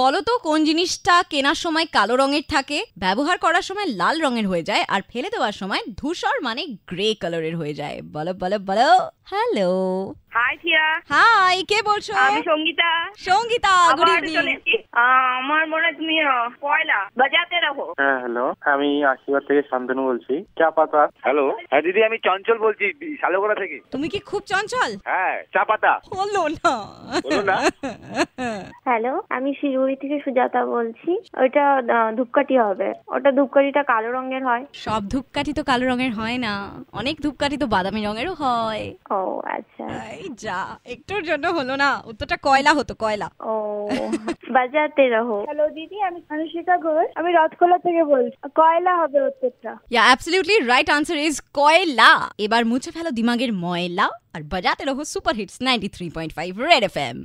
বলো তো কোন জিনিসটা কেনার সময় কালো রঙের থাকে ব্যবহার করার সময় লাল রঙের হয়ে যায় আর ফেলে দেওয়ার সময় ধূসর মানে গ্রে কালারের হয়ে যায় বলো বলো বলো হ্যালো হাই থিয়া হাই কে বলছো আমি সঙ্গীতা সঙ্গীতা গুড আবার ইভিনিং চলে এসেছি। আহ, আমার মনে হয় তুমি আহ, পয়লা বাজাতে রাখো হ্যাঁ হ্যালো আমি আশীর্বাদ থেকে শান্তনু বলছি চা পাতা হ্যালো হ্যাঁ দিদি আমি চঞ্চল বলছি শালগোড়া থেকে তুমি কি খুব চঞ্চল হ্যাঁ চা পাতা হলো না হলো না? হ্যালো আমি শিলিগুড়ি থেকে সুজাতা বলছি ওইটা আহ, ধূপকাঠি হবে ওটা ধূপকাঠিটা কালো রঙের হয় সব ধূপকাঠি তো কালো রঙের হয় না অনেক ধূপকাঠি তো বাদামি রঙেরও হয় ও আচ্ছা এই যা একটুর জন্য হলো না উত্তরটা কয়লা হতো কয়লা ও বাজাতে রহো হ্যালো দিদি আমি অনুশিকা ঘোষ আমি রথখোলা থেকে বলছি কয়লা হবে উত্তরটা yeah absolutely right answer is কয়লা এবার মুছে ফেলো দিমাগের ময়লা আর বাজাতে রহো super hits ninety three point five red F M